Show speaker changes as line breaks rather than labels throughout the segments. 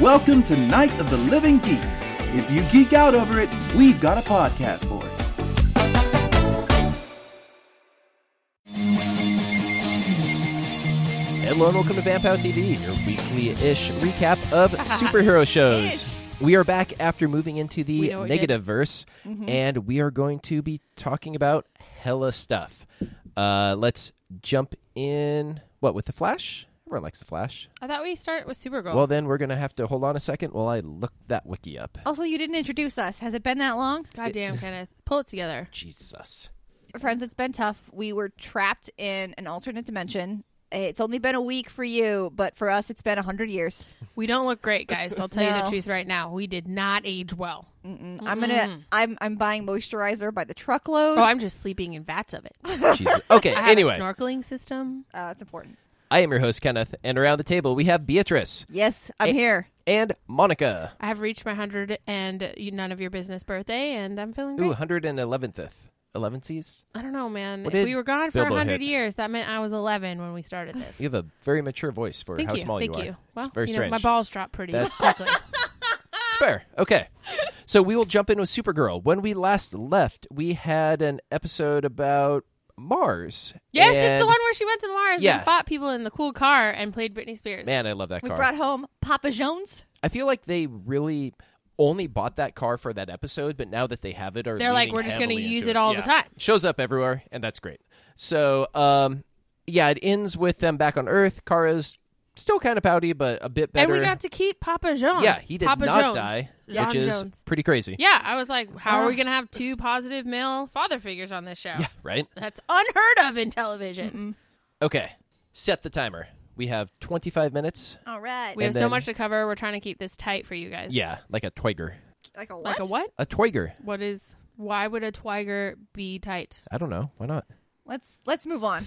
Welcome to Night of the Living Geeks. If you geek out over it, we've got a podcast for it.
Hello and welcome to Vampire TV, your weekly-ish recap of superhero shows. We are back after moving into
We
the
know what we did. Mm-hmm.
negative verse, and we are going to be talking about hella stuff. Uh, let's jump in. What with the Flash? Everyone likes the Flash.
I thought we started with Supergirl.
Well, then we're gonna have to hold on a second while I look that wiki up.
Also, you didn't introduce us. Has it been that long?
goddamn, Kenneth, pull it together.
Jesus.
Friends, it's been tough. We were trapped in an alternate dimension. It's only been a week for you, but for us, it's been 100 years.
We don't look great, guys. I'll tell you the
No.
truth right now. We did not age well.
Mm, I'm going to I'm I'm buying moisturizer by the truckload.
Oh, I'm just sleeping in vats of it.
Jesus. Okay.
I have
anyway,
a snorkeling system.
uh, it's important.
I am your host Kenneth, and around the table we have Beatrice
Yes, I'm here.
and Monica.
I have reached my hundred and you- none of your business birthday, and I'm feeling
Ooh,
great.
hundred and eleventh, eleventhsies.
I don't know, man.
What
if
did
we were gone for
Bilbo
hundred
hit?
years, that meant I was 11 when we started this.
You have a very mature voice for
Thank
how
you.
small
Thank
you
you.
are.
Well,
it's very
you know,
strange.
my balls drop pretty
That's-
quickly.
It's fair. Okay. So we will jump in with Supergirl. When we last left, we had an episode about Mars.
yes, it's
And-
the one where she went to Mars
Yeah.
and fought people in the cool car and played Britney Spears.
Man, I love that
We
car.
brought home Papa Jones.
I feel like they really only bought that car for that episode, but now that they have it, are
They're like,
leaning
we're just gonna
heavily
use
into
it all the
Yeah.
time.
Shows up everywhere, and that's great. So, um, yeah, it ends with them back on Earth. Kara's still kind of pouty, but a bit better.
And we got to keep Papa John.
yeah, he did
Papa
not
Jones.
die,
John
which is
Jones.
pretty crazy.
Yeah, I was like, how are we going to have two positive male father figures on this show?
yeah right.
That's unheard of in television.
Okay, set the timer. We have 25 minutes.
All right.
We
And
have so
then-
much to cover. We're trying to keep this tight for you guys.
Yeah, like a Twiger.
like a what?
Like a what?
A Twiger.
What is, why would a Twiger be tight?
I don't know. Why not?
Let's let's move on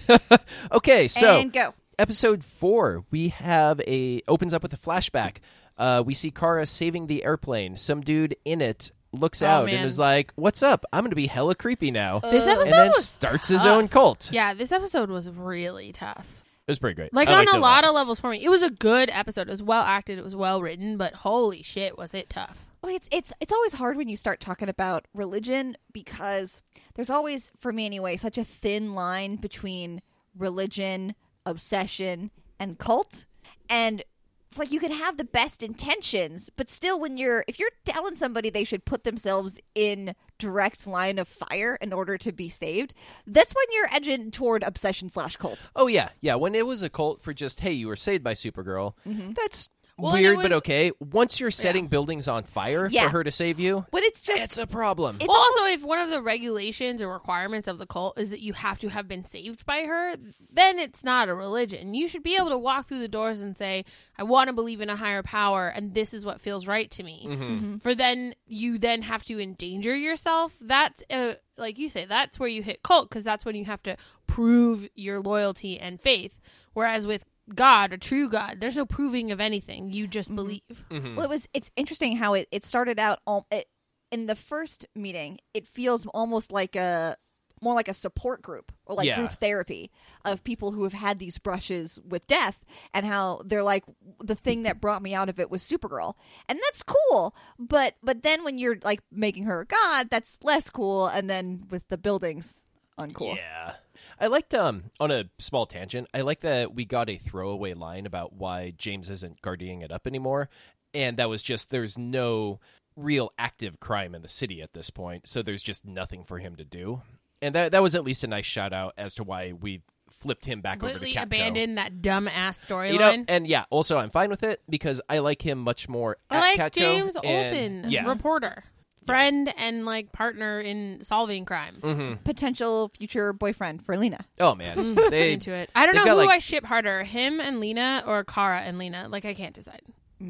Okay, so
and go.
episode four, we have a opens up with a flashback. Uh, we see Kara saving the airplane. Some dude in it looks
Oh,
out
man.
and is like, "What's up? I'm going to be hella creepy now."
This
and
episode
then
was
starts his own cult.
Uh, Yeah, this episode was really tough.
It was pretty great.
Like
I
on
liked
a
it
lot of levels for me. It was a good episode. It was well acted. It was well written, but holy shit, was it tough.
Well, it's it's it's always hard when you start talking about religion because there's always, for me anyway, such a thin line between religion, obsession, and cult. And it's like you can have the best intentions, but still, when you're if you're telling somebody they should put themselves in direct line of fire in order to be saved, that's when you're edging toward obsession slash cult.
Oh yeah, yeah. When it was a cult for just hey, you were saved by Supergirl. That's
Mm-hmm. Well, and it
weird, but
was-
okay. Once you're setting buildings on fire
Yeah.
for her to save you,
But it's just
it's a problem.
It's
Well, also, if one of the regulations or requirements of the cult is that you have to have been saved by her, then it's not a religion. You should be able to walk through the doors and say, "I want to believe in a higher power, and this is what feels right to me."
Mm-hmm.
For then you then have to endanger yourself. That's uh like you say, that's where you hit cult because that's when you have to prove your loyalty and faith. Whereas with God, a true God, there's no proving of anything. You just believe.
Mm-hmm.
Well, it was. It's interesting how it, it started out. All it, in the first meeting, it feels almost like a more like a support group or like
Yeah.
group therapy of people who have had these brushes with death and how they're like the thing that brought me out of it was Supergirl and that's cool but but then when you're like making her a god that's less cool and then with the buildings uncool
Oh, Yeah. I liked um on a small tangent, I like that we got a throwaway line about why James isn't guarding it up anymore. And that was just there's no real active crime in the city at this point, so there's just nothing for him to do. And that that was at least a nice shout out as to why we flipped him back
Completely
over to Capco.
abandon that dumbass storyline.
You know, and yeah, also I'm fine with it because I like him much more at
I like
Catco
James
and-
Olsen,
Yeah.
reporter, friend, and like partner in solving crime.
Mm-hmm.
potential future boyfriend for Lena
Oh man. they
Mm, Into it, I don't
they've
know
got,
who
like-
I ship harder, him and Lena, or Kara and Lena. Like I can't decide. I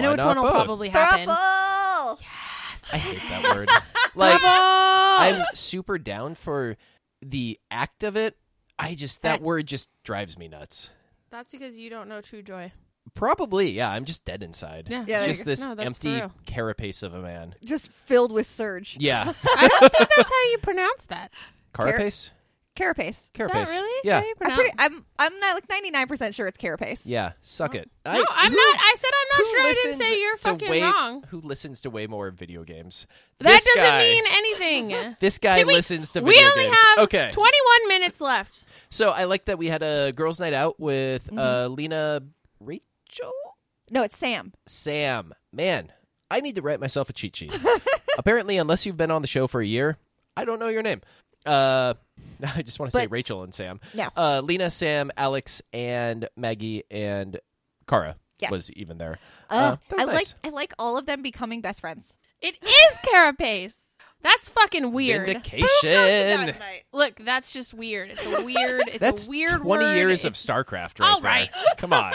know
Why
which
not
one will
both?
probably happen.
Throuble!
I hate that word. like
Oh!
I'm super down for the act of it. I just that
That-
word just drives me nuts.
That's because you don't know true joy.
Probably, yeah. I'm just dead inside.
Yeah.
It's
Yeah,
there
just
you
go.
this
No, that's for
empty
real.
carapace of a man.
just filled with surge
Yeah,
I don't think that's how you pronounce that.
carapace.
Carapace.
Is
Carapace.
that really?
Yeah.
How you
I'm
pronounce-
pretty. I'm I'm not like 99 percent sure it's Carapace.
Yeah. Suck it. I,
Oh. no, I'm
who-
not. I said I'm
who
not sure. I didn't
listens
say you're
to
fucking
way-
wrong.
Who listens to way more video games?
That
This
doesn't
guy-
mean anything.
This guy
Can we-
listens to
we
video
only
games.
have
okay.
21 minutes left.
So I like that we had a girls' night out with uh,
Mm-hmm.
Lena, Rachel,
No, it's Sam.
Sam. Man, I need to write myself a cheat sheet. Apparently, unless you've been on the show for a year, I don't know your name. Uh, I just want to say
But-
Rachel and Sam.
No.
Uh, Lena, Sam, Alex, and Maggie and Kara
Yes.
was even there.
Uh,
that was
I
nice.
like I like all of them becoming best friends.
It is Carapace. That's fucking weird.
vindication.
Look, that's just weird. It's a weird. It's
That's
a weird.
twenty
word.
years
It's-
of StarCraft, right
All right.
there. Come on.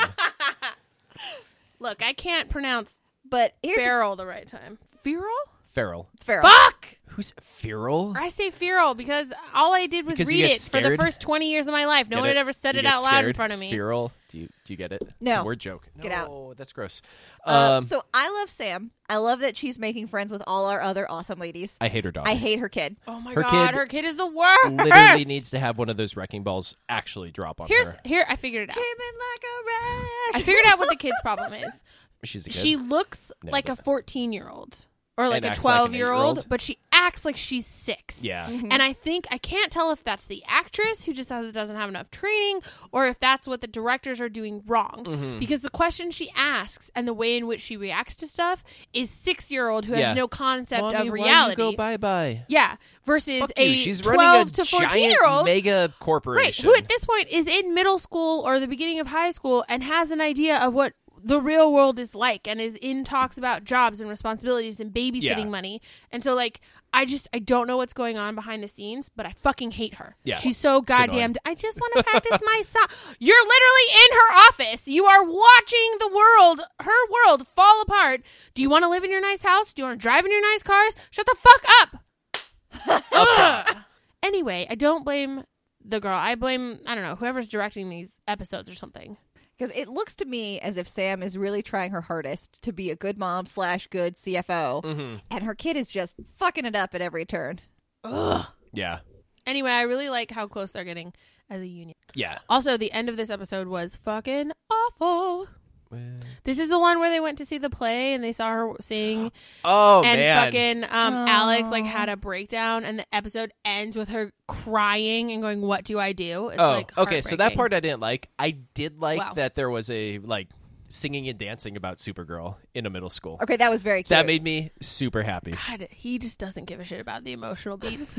Look, I can't pronounce
But here's
feral the right time. Feral?
Feral.
it's Feral.
Fuck!
Who's Feral?
I say feral because all I did was
Because you
read
get
it for the
scared?
first twenty years of my life. No
Get
one
it?
had ever said
You
it
get
out loud in
scared?
front of me.
Feral. Do you do you get it? It's
No.
a word joke.
Get out.
No, that's gross.
Um,
Um,
so I love Sam. I love that she's making friends with all our other awesome ladies.
I hate her dog.
I hate her kid.
Oh my
Her
god,
kid
her kid is the worst.
Literally needs to have one of those wrecking balls actually drop on
Here's
her.
here. I figured it out.
Came in like a
I
wreck.
figured out what the kid's problem is.
She's a kid.
She looks
No,
like a
that's-
fourteen year old or like
And
a
acts like an
twelve year old,
eight-year-old.
but she acts like she's six.
yeah.
And I think I can't tell if that's the actress who just has, doesn't have enough training or if that's what the directors are doing wrong.
Mm-hmm.
Because the question she asks and the way in which she reacts to stuff is six year old who
Yeah.
has no concept
Mommy,
of
why you
reality.
go bye bye.
yeah. Versus
Fuck
a
you. She's running a
twelve to fourteen
giant
year old
mega
Right,
corporation.
who at this point is in middle school or the beginning of high school and has an idea of what the real world is like and is in talks about jobs and responsibilities and babysitting
Yeah.
money. And so like I just I don't know what's going on behind the scenes, but I fucking hate her.
Yeah.
She's so
annoying.
goddamn I just want to practice my song. You're literally in her office. You are watching the world, her world fall apart. Do you want to live in your nice house? Do you want to drive in your nice cars? Shut the fuck up. Ugh. Anyway, I don't blame the girl. I blame I don't know whoever's directing these episodes or something.
Because it looks to me as if Sam is really trying her hardest to be a good mom slash good CFO,
Mm-hmm.
and her kid is just fucking it up at every turn.
Yeah.
Anyway, I really like how close they're getting as a union.
Yeah.
Also, the end of this episode was fucking awful. This is the one where they went to see the play and they saw her sing,
Oh
and
man.
fucking um, Alex like had a breakdown, and the episode ends with her crying and going, "What do I do?" It's
oh,
like
okay. So that
heartbreaking.
part I didn't like. I did like
Wow.
that there was a like singing and dancing about Supergirl in a middle school.
Okay, that was very cute.
That made me super happy.
God, he just doesn't give a shit about the emotional beats.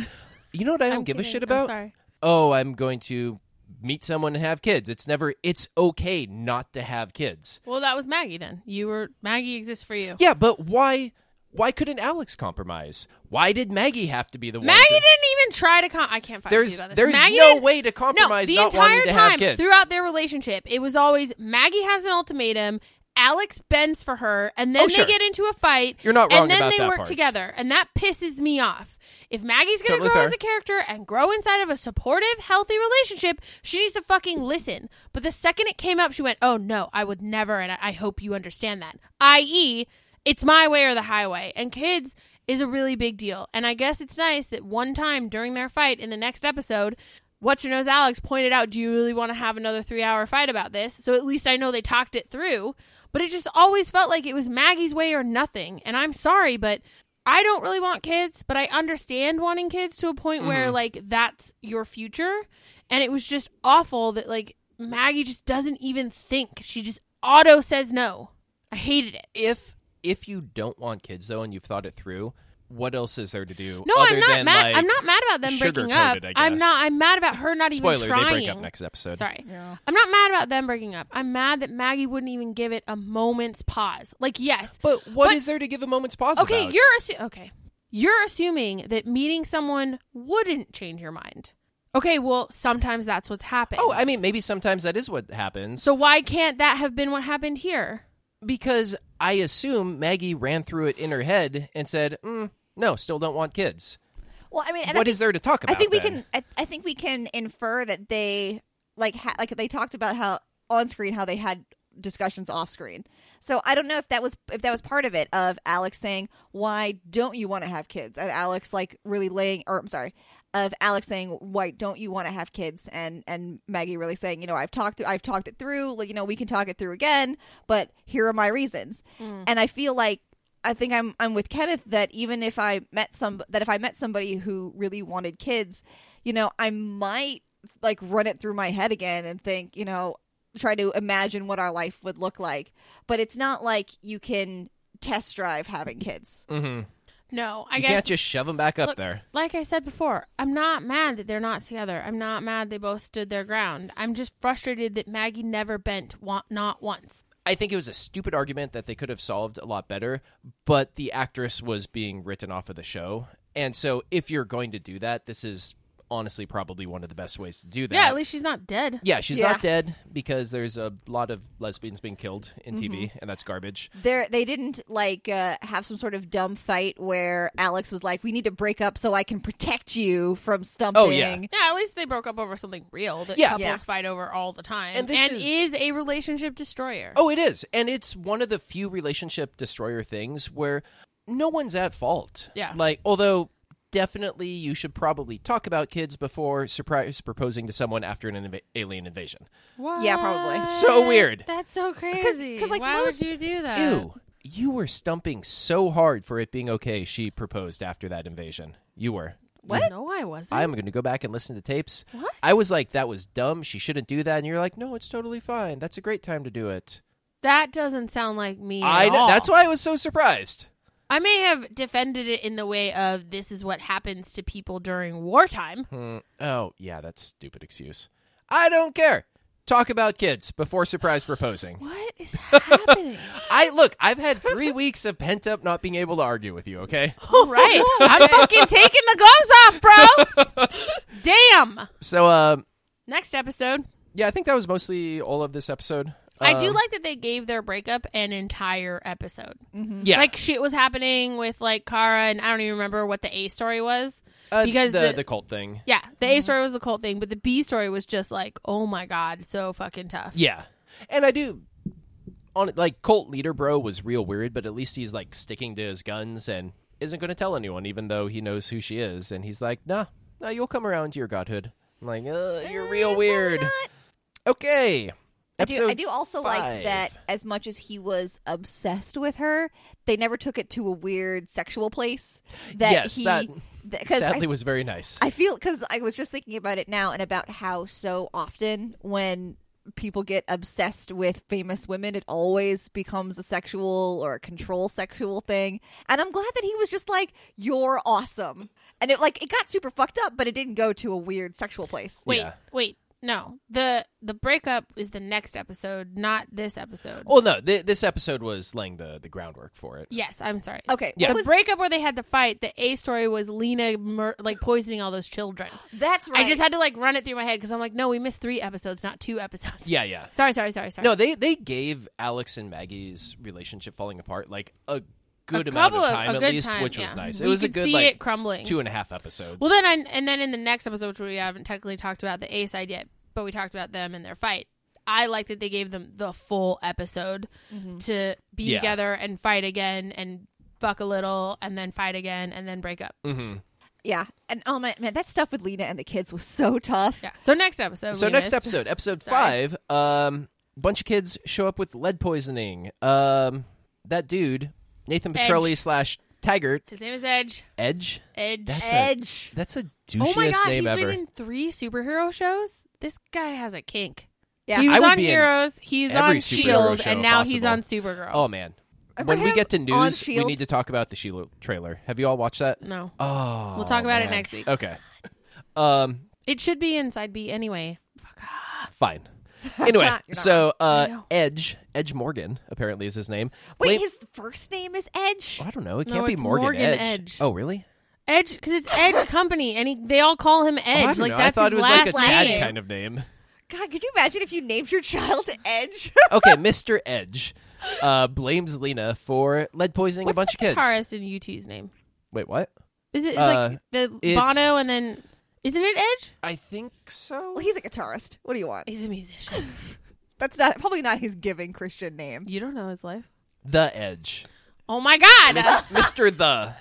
You know what I don't
I'm
give
kidding.
a shit
I'm
about?
sorry.
Oh, I'm going to meet someone and have kids. It's never it's okay not to have kids.
Well, that was Maggie. Then you were Maggie exists for you.
Yeah, but why why couldn't Alex compromise? Why did Maggie have to be the one?
Maggie
to-
didn't even try to. Com- I can't find
There's
you about this.
there's
Maggie
no
didn't-
way to
No,
compromise
the
not
entire
wanting to
time
have kids.
throughout their relationship, it was always Maggie has an ultimatum. Alex bends for her, and then
Oh, sure.
they get into a fight.
You're not wrong
And then
about
they
that
work
part.
together, and that pisses me off. If Maggie's going to
Totally
grow
fair.
as a character and grow inside of a supportive, healthy relationship, she needs to fucking listen. But the second it came up, she went, "Oh no, I would never," and I, I hope you understand that. I.e., it's my way or the highway, and kids is a really big deal. And I guess it's nice that one time during their fight in the next episode, What's Your Nose Alex pointed out, Do you really want to have another three hour fight about this? So at least I know they talked it through. But it just always felt like it was Maggie's way or nothing. And I'm sorry, but I don't really want kids, but I understand wanting kids to a point
Mm-hmm.
where, like, that's your future. And it was just awful that, like, Maggie just doesn't even think. She just auto says no. I hated it.
if if you don't want kids though and you've thought it through, what else is there to do?
No,
other
I'm not
than,
mad.
Like,
I'm not mad about them breaking up.
sugar-coated, I
I'm
guess.
not. I'm mad about her not
Spoiler,
even trying.
they break up next episode.
Sorry.
Yeah.
I'm not mad about them breaking up. I'm mad that Maggie wouldn't even give it a moment's pause. Like, yes.
But what is
But-
there to give a moment's pause
Okay,
about?
you're assu- okay. You're assuming that meeting someone wouldn't change your mind. Okay, well, sometimes that's what's happened.
Oh, I mean, maybe sometimes that is what happens.
so why can't that have been what happened here?
because I assume Maggie ran through it in her head and said, mm, "No, still don't want kids."
Well, I mean,
What is
and I think-
there to talk about?
I think we
then?
can. I, I think we can infer that they like ha- like they talked about how on screen how they had discussions off screen. So I don't know if that was if that was part of it of Alex saying why don't you want to have kids and Alex like really laying or I'm sorry of Alex saying, "Why don't you want to have kids?" and and Maggie really saying, "You know, I've talked I've talked it through. Like, you know, we can talk it through again, but here are my reasons." And I feel like I think I'm I'm with Kenneth that even if I met some that if I met somebody who really wanted kids, you know, I might like run it through my head again and think, you know, try to imagine what our life would look like. But it's not like you can test drive having kids.
Mm-hmm.
No, I
You
guess
can't just shove them back up
Look,
there.
like I said before, I'm not mad that they're not together. I'm not mad they both stood their ground. I'm just frustrated that Maggie never bent wa- not once.
I think it was a stupid argument that they could have solved a lot better, but the actress was being written off of the show. And so if you're going to do that, this is honestly probably one of the best ways to do that.
Yeah, at least she's not dead.
Yeah, she's
Yeah.
not dead because there's a lot of lesbians being killed in
Mm-hmm.
TV, and that's garbage.
There, they didn't like uh, have some sort of dumb fight where Alex was like, "We need to break up so I can protect you from stumping."
Oh, yeah.
Yeah, at least they broke up over something real that
Yeah.
couples
Yeah.
fight over all the time,
And
and,
this is-
is... a relationship destroyer.
Oh, it is. And it's one of the few relationship destroyer things where no one's at fault.
Yeah.
Like, although definitely you should probably talk about kids before surprise proposing to someone after an inv- alien invasion.
What?
Yeah, probably.
So weird.
That's so crazy.
'cause, like,
Why
most-
would you do that?
Ew. You were stumping so hard for it being okay she proposed after that invasion. You were.
What?
No, I wasn't.
I'm going to go back and listen to tapes.
What?
I was like, that was dumb. She shouldn't do that. And you're like, no, it's totally fine. That's a great time to do it.
That doesn't sound like me.
I
at
know.
all.
That's why I was so surprised.
I may have defended it in the way of this is what happens to people during wartime.
Hmm. oh, yeah, that's stupid excuse. I don't care. Talk about kids before surprise proposing.
What is happening?
I look, I've had three weeks of pent up not being able to argue with you, okay?
All right. I'm fucking taking the gloves off, bro. Damn.
So, um,
Next episode.
yeah, I think that was mostly all of this episode.
I do
Um,
like that they gave their breakup an entire episode.
Mm-hmm.
yeah.
Like shit was happening with like Kara and I don't even remember what the A story was.
Uh,
because
the,
the-
the cult thing.
Yeah, the
Mm-hmm.
A story was the cult thing, but the B story was just like, oh my god, so fucking tough.
Yeah, and I do. On like cult leader bro was real weird, but at least he's like sticking to his guns and isn't going to tell anyone, even though he knows who she is. And he's like, nah, nah, you'll come around to your godhood. I'm like, uh, you're real weird. Okay.
Eh, I do, I do also like
five.
that as much as he was obsessed with her, they never took it to a weird sexual place. That
Yes,
he,
that
th- 'cause I
Sadly, was very nice.
I feel because I was just thinking about it now and about how so often when people get obsessed with famous women, it always becomes a sexual or a control sexual thing. And I'm glad that he was just like, "You're awesome," and it like it got super fucked up, but it didn't go to a weird sexual place.
Wait,
Yeah.
wait, no. The the breakup is the next episode, not this episode.
Oh.
well, no, th- this episode was laying the the groundwork for it.
Yes, I'm sorry.
Okay,
Yeah.
what
The
was-
breakup where they had the fight, the A story was Lena mur- like poisoning all those children.
that's right.
I just had to like run it through my head because I'm like, no, we missed three episodes, not two episodes.
Yeah, yeah.
Sorry, sorry, sorry, sorry.
No, they they gave Alex and Maggie's relationship falling apart like a good
a
amount
couple
of time
a
at
good
least,
time,
which
yeah.
was nice.
We
it was a
could
good
see
like
it crumbling.
two and a half episodes.
well, then I, and then in the next episode, which we haven't technically talked about the A side yet, but we talked about them and their fight. I like that they gave them the full episode to be
Yeah.
together and fight again and fuck a little and then fight again and then break up.
hmm
yeah, and oh my man, that stuff with Lena and the kids was so tough.
Yeah. So next episode.
So
we
next
missed.
episode, episode
Sorry.
five, um, bunch of kids show up with lead poisoning. Um, that dude, Nathan
Edge.
Petrelli slash Taggart
His name is Edge.
Edge.
Edge.
That's
Edge.
a that's a douchiest
oh my god,
name
he's
ever.
been in three superhero shows. This guy has a kink.
Yeah.
he
I
was
would
on
be in
Heroes. He's
every
on
superhero
Shield,
show
E and now he's
possible.
on Supergirl.
Oh man.
Remember
When we
him
get to
on
news, we
S.H.I.E.L.D.?
need to talk about the Sheila E trailer. Have you all watched that?
no,
Oh,
we'll talk about it
man.
next week.
Okay. Um,
It should be inside B anyway.
fine. Anyway,
not
so
I
uh,
know.
Edge Edge Morgan apparently is his name.
Wait,
Blame-
his first name is Edge.
Oh, I don't know. It
No,
can't be
it's
Morgan,
Morgan
Edge.
Edge.
Oh, really?
Edge, because it's Edge Company, and he, they all call him
Oh, I don't
Edge. like
know.
that's
I thought
his
it was
last
like a
name.
Chad kind of name.
God, could you imagine if you named your child Edge?
Okay, Mr. Edge uh, blames Lena for lead poisoning
What's
a bunch
the
of kids.
guitarist in U2's name?
Wait, what?
Is it it's
Uh,
like the
it's-
Bono and then isn't it Edge?
I think so.
Well, he's a guitarist. What do you want?
He's a musician.
That's not probably not his given Christian name.
you don't know his life.
The Edge.
Oh my god.
Mr. The.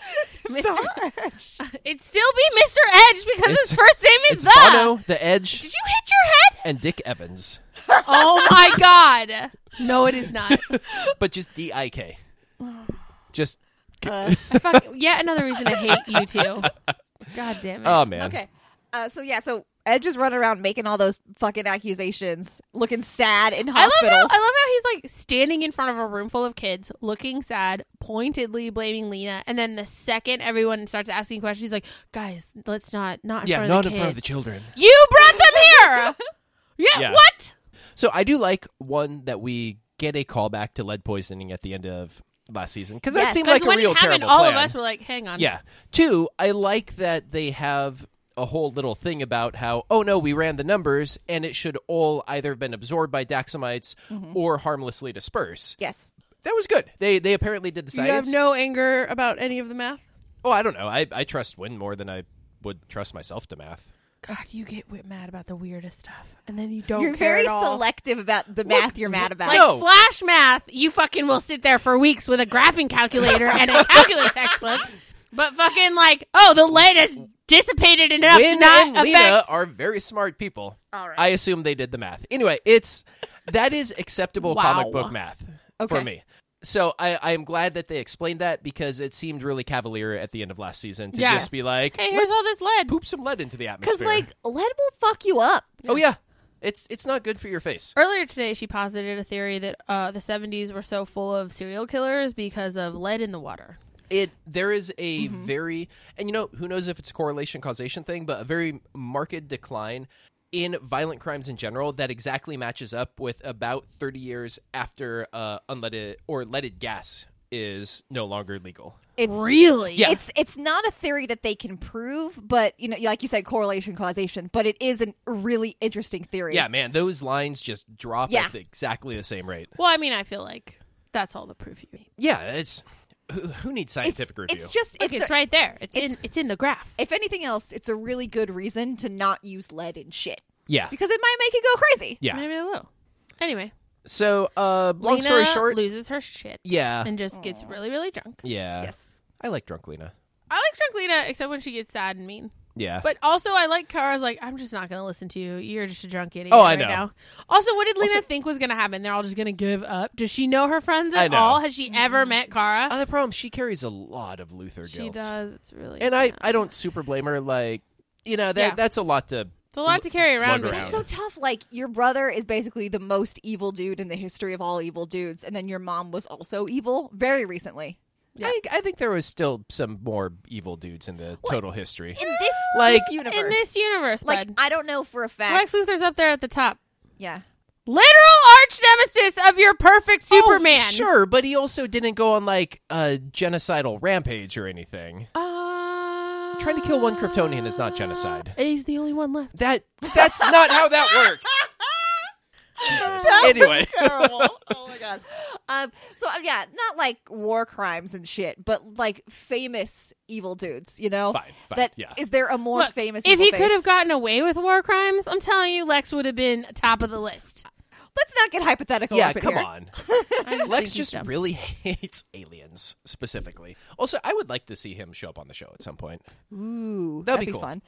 Mr. It'd still be Mr. Edge because his first name is
it's
the.
Bono, The Edge,
Did you hit your head?
and Dick Evans,
Oh my god. No, it is not.
but just D I K. Just
Fuck, yet another reason I hate you two. God damn it.
oh man.
Okay. Uh, so yeah, so Edge is running around making all those fucking accusations, looking sad in
I love
hospitals.
how I love how he's like standing in front of a room full of kids, looking sad, pointedly blaming Lena, and then the second everyone starts asking questions, he's like, "Guys, let's not not in
Yeah,
front
not
of the
in front of the
kids.
children.
You brought them here. yeah,
Yeah.
what?
So I do like one that we get a callback to lead poisoning at the end of last season because that
Yes.
seemed
Because
like a
when
real
it happened,
terrible
all
plan.
of us were like, "Hang on,
Yeah. Two, I like that they have a whole little thing about how, oh no, we ran the numbers and it should all either have been absorbed by Daxamites
Mm-hmm.
or harmlessly disperse.
yes.
That was good. They they apparently did the
you have
science.
no anger about any of the math."
oh, I don't know. I, I trust Win more than I would trust myself to math.
God, you get wi- mad about the weirdest stuff, and then you don't.
You're
care
very
at all.
selective about the math you're mad about.
Like
No.
flash math, you fucking will sit there for weeks with a graphing calculator and a calculus textbook. But fucking like, oh, the light has dissipated enough
Win
to not
and
affect.
Lena are very smart people.
All right.
I assume they did the math. Anyway, it's that is acceptable
Wow.
comic book math for
Okay.
me. So I, I am glad that they explained that because it seemed really cavalier at the end of last season to
Yes.
just be like,
hey, here's
let's
all this lead.
poop some lead into the
Because
atmosphere.
like lead will fuck you up.
oh yeah, it's it's not good for your face.
Earlier today, she posited a theory that uh, the 70s were so full of serial killers because of lead in the water.
It there is a
Mm-hmm.
very and you know who knows if it's a correlation causation thing, but a very marked decline in violent crimes in general that exactly matches up with about 30 years after uh, unleaded or leaded gas is no longer legal.
It's
Really?
Yeah.
It's it's not a theory that they can prove, but you know, like you said, correlation causation. But it is a really interesting theory.
Yeah, man, those lines just drop
Yeah.
at the- exactly the same rate.
Well, I mean, I feel like that's all the proof you need.
Yeah, it's who, who needs
it's,
scientific review?
it's just
Look,
it's,
it's,
a-
right there. It's, in
it's-
it's in the graph.
if anything else, it's a really good reason to not use lead in shit
yeah,
because it might make it go crazy.
yeah.
Maybe a little. Anyway,
So, uh, long
Lena
story short,
loses her shit
yeah,
and just gets really, really drunk.
yeah.
Yes.
I like drunk Lena.
I like drunk Lena except when she gets sad and mean.
Yeah,
But also, I like Kara's like, I'm just not going to listen to you. You're just a drunk idiot.
Oh, I
right
know.
Now. Also, what did Lena think was going to happen? They're all just going to give up. Does she know her friends
I
at
know.
all? Has she ever met Kara?
other Uh, problem she carries a lot of Luther Mm. guilt.
she does. It's really
and I
sad.
I don't super blame her. Like you know that
Yeah.
that's a lot to
It's a lot to carry around.
Wonder
With.
how-
you.
That's so tough. Like your brother is basically the most evil dude in the history of all evil dudes, and then your mom was also evil very recently.
I, I think there was still some more evil dudes in the total history.
In this
Like-
this universe,
In this universe,
like
bud,
I don't know for a fact.
Lex Luthor's up there at the top.
yeah,
Literal arch nemesis of your perfect Superman.
Oh, sure, but he also didn't go on like a genocidal rampage or anything.
Uh,
Trying to kill one Kryptonian is not genocide.
and he's the only one left.
That that's not how that works. Jesus. anyway,
terrible. oh my god. Um. So um, yeah, not like war crimes and shit, but like famous evil dudes. You know,
Fine, fine,
That-
yeah.
is there a more
Look,
famous?
If
evil
he
face?
could have gotten away with war crimes, I'm telling you, Lex would have been top of the list.
let's not get hypothetical.
yeah,
up in
come
here.
on.
I just
Lex
think he's
just
dumb.
really hates aliens specifically. Also, I would like to see him show up on the show at some point.
Ooh, that'd,
be cool.
fun.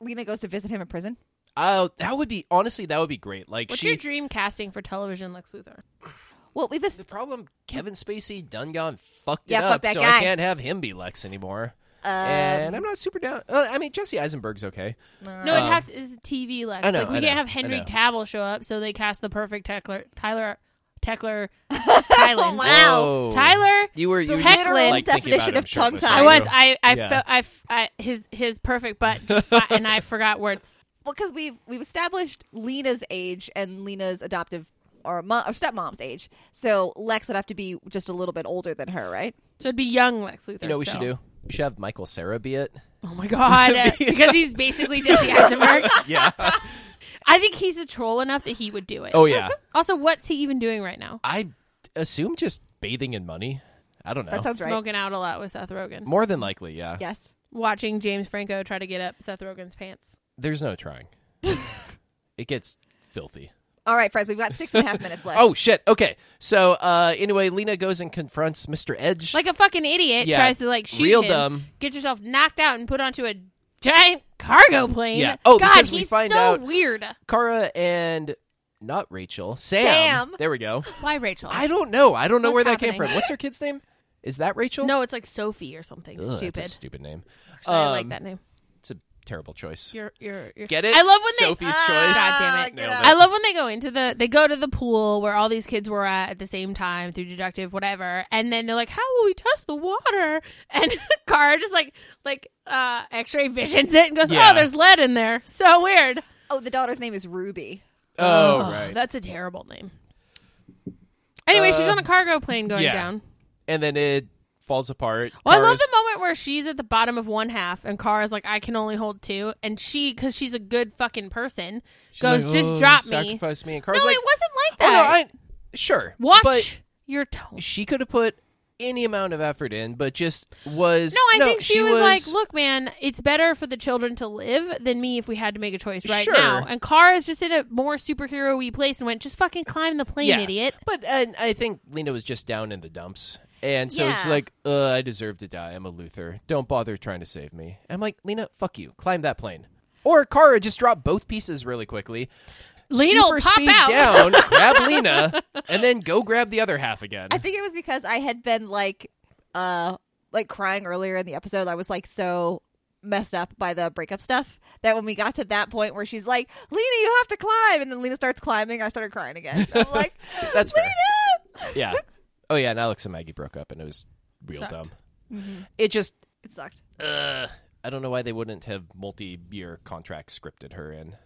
Lena goes to visit him in prison.
Oh, that would be honestly that would be great. Like
What's
she
your dream casting for television, Lex Luthor?
Well, we've
The problem, Kevin Spacey done gone fucked
Yeah,
it
fuck
up,
that
so I
guy. Um,
can't have him be Lex anymore. and I'm not super down. Uh, I mean, Jesse Eisenberg's okay.
No, it'd have to is TV Lex.
Uh, I know,
like we
I
can't
know,
have
I
Henry
know.
Cavill show up, so they cast the perfect Teckler, Tyler Teckler
Oh,
Tylen.
Whoa.
Tyler,
Oh. you were you
The
were just,
literal
like, thinking about
definition
him
of tongue
shirtless,
tie.
I
weren't
was
you?
I I
Yeah.
felt I, f- I- his his perfect butt just fi- and I forgot words.
well, because we've we've established Lena's age and Lena's adoptive or, mo- or stepmom's age, so Lex would have to be just a little bit older than her, right?
So it'd be young Lex Luthor.
You know what we
so-
should do? We should have Michael Sarah be it.
Oh my god, because he's basically Jesse Eisenberg.
Yeah.
I think he's a troll enough that he would do it.
oh yeah.
Also, what's he even doing right now?
I assume just bathing in money. I don't know.
That sounds right.
Smoking out a lot with Seth Rogen.
More than likely, yeah.
Yes.
Watching James Franco try to get up Seth Rogen's pants.
There's no trying. it gets filthy.
All right, friends, we've got six and a half minutes left.
Oh shit. Okay. So uh anyway, Lena goes and confronts Mr. Edge.
Like a fucking idiot
Yeah.
tries to like shoot
Real
him,
dumb.
get yourself knocked out and put onto a giant cargo plane.
Yeah. Oh,
God,
because we
he's
find
so
out-
weird.
Kara and not Rachel. Sam.
Sam.
There we go.
Why Rachel?
I don't know. I don't know
What's
where that came
happening?
from. What's her kid's name? Is that Rachel?
no, it's like Sophie or something
Ugh,
stupid.
That's a stupid name.
Actually, I like
Um,
that name.
It's a terrible choice.
You're, you're, you're...
Get it?
I love when they- Ah,
Sophie's choice.
God damn it.
get
Nailed
out.
it.
I love when they go into the they go to the pool where all these kids were at at the same time through deductive whatever, and then they're like, "How will we test the water?" And Car just like like uh X-ray visions it and goes,
Yeah.
"Oh, there's lead in there." So weird.
Oh, the daughter's name is Ruby.
Oh,
Ugh,
right.
that's a terrible name. Anyway, she's
Uh,
on a cargo plane going
yeah.
down.
and then it falls apart.
Well, Oh, I love
Kara's-
the moment where she's at the bottom of one half and Kara's like, I can only hold two. And she, because she's a good fucking person,
she's
goes,
like,
just
"Oh,
drop me.
Sacrifice me. And
No,
Kara's like,
it wasn't like
oh, no,
that.
I sure.
Watch
But
your tone.
she could have put any amount of effort in, but just was
No, I think she, was, like, look, man, it's better for the children to live than me if we had to make a choice right
Sure.
now. And Kara's just in a more superhero y place and went, just fucking climb the plane,
yeah.
idiot.
But and I think Lena was just down in the dumps. And so it's
Yeah.
like, uh, I deserve to die. I'm a Luther. Don't bother trying to save me. I'm like, Lena, fuck you. Climb that plane. Or Kara, just drop both pieces really quickly.
Lena will
Super
pop
speed
out.
down, grab Lena, and then go grab the other half again.
I think it was because I had been like, uh, like crying earlier in the episode. I was like so messed up by the breakup stuff that when we got to that point where she's like, "Lena, you have to climb," and then Lena starts climbing, I started crying again. I'm like,
That's fair.
"Lena!"
yeah. Oh yeah, and Alex and Maggie broke up, and it was real
Sucked. Mm-hmm.
dumb. It just,
It sucked.
uh, I don't know why they wouldn't have multi-year contract scripted her in.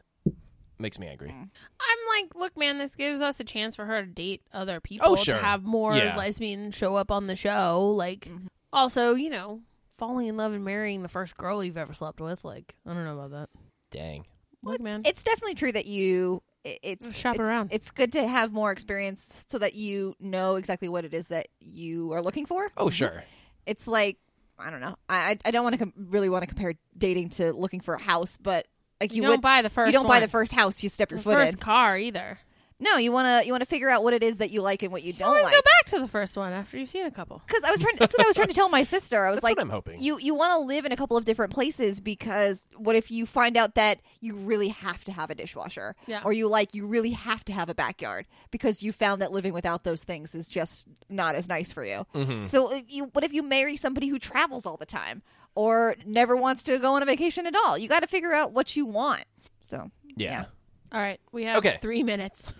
Makes me angry.
Mm. I'm like, look, man, this gives us a chance for her to date other people.
Oh, sure.
To have more
Yeah.
lesbians show up on the show. Like, also, you know, falling in love and marrying the first girl you've ever slept with. Like, I don't know about that.
Dang.
Look, man.
It's definitely true that you. i- It's
Shop
it's-
around.
It's good to have more experience so that you know exactly what it is that you are looking for.
Oh sure.
it's like I don't know. I I- I don't want to com- really want to compare dating to looking for a house, but like
you,
you,
don't
would,
buy the first.
you don't buy
one.
the first house you step your
The
foot
first
in.
car either.
No, you want to you want to figure out what it is that you like and what you don't
Always
like.
go back to the first one after you've seen a couple.
Because I was trying. That's what I was trying to tell my sister. I was
That's
like,
what I'm hoping.
You you want to live in a couple of different places because what if you find out that you really have to have a dishwasher,
Yeah.
or you like you really have to have a backyard because you found that living without those things is just not as nice for you.
Mm-hmm.
So if you what if you marry somebody who travels all the time or never wants to go on a vacation at all? You got to figure out what you want. So
yeah.
All right, we have
Okay.
three minutes.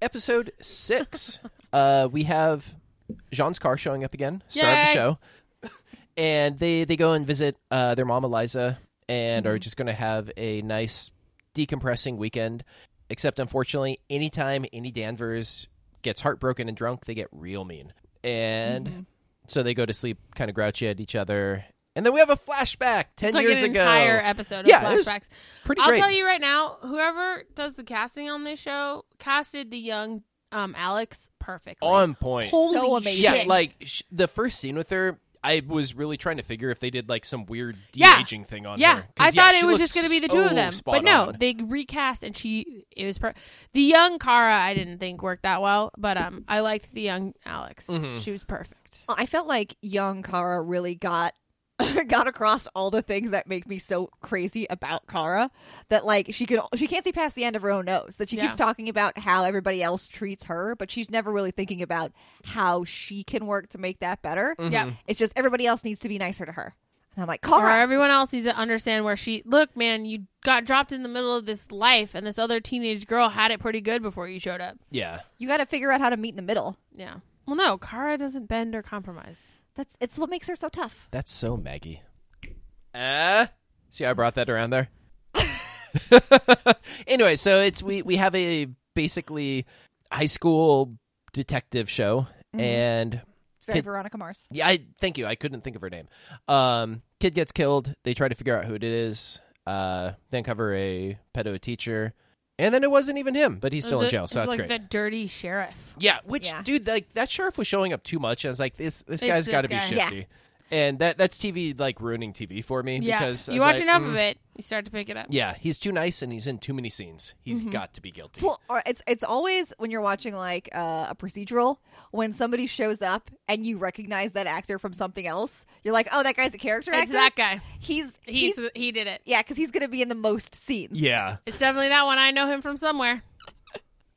episode six, uh, we have Jean's car showing up again, star of the
Yay.
show, and they they go and visit uh, their mom Eliza, and
Mm-hmm.
are just going to have a nice decompressing weekend. Except, unfortunately, anytime any Danvers gets heartbroken and drunk, they get real mean, and
Mm-hmm.
so they go to sleep kind of grouchy at each other. And then we have a flashback ten
It's like
years
an
ago.
entire episode of
Yeah, it was
flashbacks.
Pretty
I'll
great.
tell you right now, whoever does the casting on this show casted the young um, Alex perfectly.
on point.
Holy
So amazing.
Yeah,
shit.
like sh- the first scene with her, I was really trying to figure if they did like some weird de
Yeah.
aging thing on
yeah,
her. 'Cause,
I
yeah,
thought
she
it was
looks
just going to be the two
so
of them,
spot
but no,
on.
they recast and she it was per- the young Kara. I didn't think worked that well, but um, I liked the young Alex.
Mm-hmm.
She was perfect.
I felt like young Kara really got got across all the things that make me so crazy about Kara that like she could she can't see past the end of her own nose that she
Yeah.
keeps talking about how everybody else treats her but she's never really thinking about how she can work to make that better.
Mm-hmm.
Yeah.
It's just everybody else needs to be nicer to her. And I'm like,
Or
"Kara,
everyone else needs to understand where she look, man. You got dropped in the middle of this life, and this other teenage girl had it pretty good before you showed up.
Yeah,
you got to figure out how to meet in the middle."
Yeah. Well, no, Kara doesn't bend or compromise.
That's it's what makes her so tough.
that's so Maggie. Uh, see, how I brought that around there. anyway, so it's we we have a basically high school detective show,
Mm-hmm.
and
It's very
Kid-
Veronica Mars.
Yeah, I thank you. I couldn't think of her name. Um, kid gets killed. They try to figure out who it is. Uh, they uncover a pedo teacher, and then it wasn't even him, but he's still in
It's a-
jail. So that's
it's
great.
like the dirty sheriff.
yeah, which
Yeah.
dude, like that sheriff was showing up too much. I was like, this this
It's
guy's
this
got to be
guy.
shifty, and that that's TV like ruining TV for me
Yeah,
because I
you
was
watch
like,
enough
mm,
of it. You start to pick it up.
Yeah, he's too nice and he's in too many scenes. He's
Mm-hmm.
got to be guilty.
Well, or it's it's always when you're watching like uh, a procedural when somebody shows up and you recognize that actor from something else, you're like, oh, that guy's a character
It's
actor.
that guy.
He's he's,
He's, he did it.
yeah, because he's gonna be in the most scenes.
yeah.
It's definitely that one. I know him from somewhere.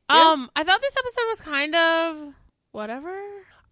Um, I thought this episode was kind of whatever.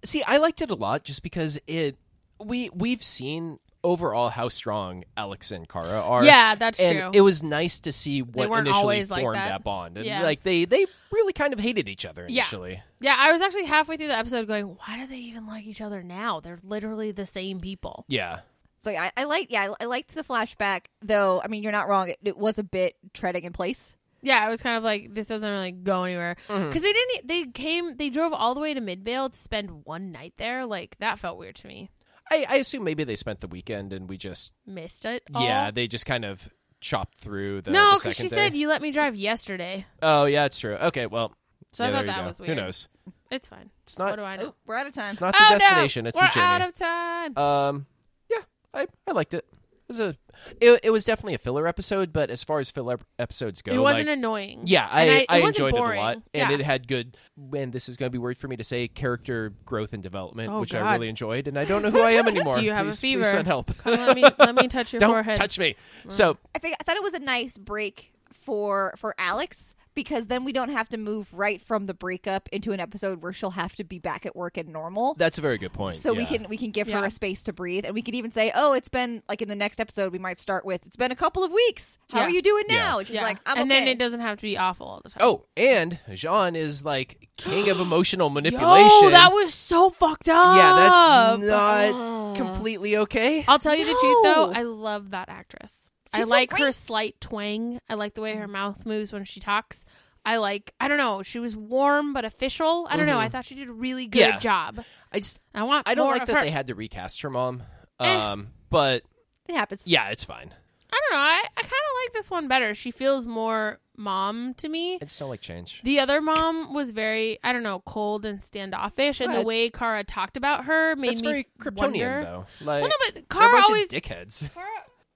See, I liked it a lot just because it we we've seen overall how strong Alex and Kara are.
Yeah, that's
and
true.
it was nice to see what
weren't
initially
always like
formed
that.
that. bond. And
Yeah.
like they they really kind of hated each other
Yeah.
initially.
yeah, I was actually halfway through the episode going, why do they even like each other now? They're literally the same people.
Yeah.
So yeah, I, I like yeah, I, I liked the flashback though. I mean, you're not wrong. It, it was a bit treading in place.
Yeah, I was kind of like, this doesn't really go anywhere because
Mm-hmm.
they didn't. e, They came. They drove all the way to Midvale to spend one night there. Like that felt weird to me.
I, I assume maybe they spent the weekend and we just
Missed it. All.
yeah they just kind of chopped through the
no,
the
because
second
she
day.
said you let me drive yesterday,
oh yeah it's true okay well
so
yeah,
I
there
thought
you
that
go.
was weird.
who knows
It's fine.
it's not
what do I know?
Oh, we're out of time.
it's not
oh
the destination
no,
it's
we're
the journey
out of time.
Um, yeah, I, I liked it. It was a it, it was definitely a filler episode, but as far as filler episodes go,
it wasn't
like,
annoying.
yeah,
And
I,
it
I,
wasn't
enjoyed
boring.
it a lot, and
yeah.
it had good. And this is going to be weird for me to say character growth and development,
Oh,
which
God.
I really enjoyed, and I don't know who I am anymore.
Do you have a
please,
fever?
Please send help.
let me let me touch your
don't
forehead. Mm.
touch me. So
I think I thought it was a nice break for for Alex because then we don't have to move right from the breakup into an episode where she'll have to be back at work and normal.
that's a very good point.
so we
yeah.
can we can give
Yeah.
her a space to breathe and we could even say oh it's been like in the next episode we might start with it's been a couple of weeks how
Yeah.
are you doing
Yeah.
now and she's
Yeah.
like i'm
and
okay
then it doesn't have to be awful all the time.
Oh, and Jean is like king of emotional manipulation.
Oh, that was so fucked up. Oh.
yeah, that's not completely okay.
I'll tell you the truth though,
No.
I love that actress. I
She's so
like her
great.
slight twang. I like the way
Mm.
her mouth moves when she talks. I like I don't know, she was warm but official. I don't know. I thought she did a really good
Mm-hmm. Yeah.
job.
I just
I want
I don't
more
like
of
that
her. Eh.
they had to recast her mom. Um, but
it happens
yeah, it's fine.
I don't know. I, I kind of like this one better. She feels more mom to me.
I just don't like change.
The other mom was very, I don't know, cold and standoffish, and the
What?
way Kara talked about her made
That's
me
very
f-
Kryptonian,
wonder.
though. Like,
Well, no, but
they're a
Kara
bunch
always
of dickheads.
Kara,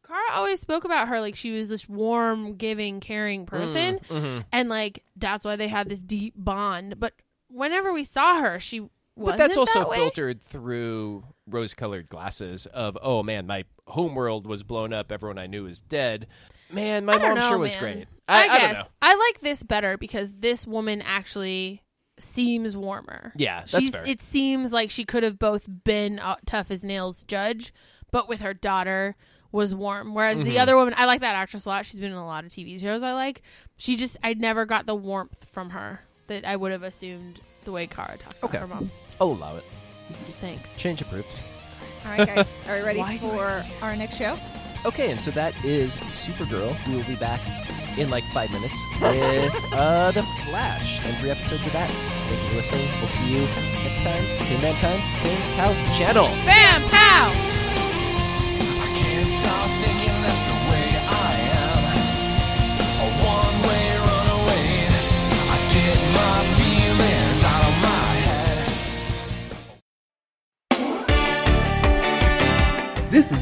Kara always spoke about her like she was this warm, giving, caring
Mm,
person,
mm-hmm.
and like that's why they had this deep bond. But whenever we saw her, she wasn't
But that's also
that way.
filtered through rose-colored glasses of, oh man, my homeworld was blown up. Everyone I knew is dead. Man, my
I don't
mom
know,
sure was
man.
great. I, I,
guess
don't know.
I like this better because this woman actually seems warmer.
Yeah, that's
She's,
fair.
It seems like she could have both been a tough as nails judge, but with her daughter was warm. Whereas
Mm-hmm.
the other woman, I like that actress a lot. She's been in a lot of TV shows I like. She just, I never got the warmth from her that I would have assumed the way Kara talks about
Okay.
her mom.
I'll Oh, allow it.
Thanks.
Change approved.
all right guys are we ready
Why do I
for our next show
Okay, and so that is Supergirl. We will be back in like five minutes with uh, The Flash and three episodes of that. Thank you for listening. We'll see you next time. Same bad time, same cow channel.
Bam! Pow!
I can't stop thinking that's the way I am. A one-way runaway. I get my feelings out of my head.
This has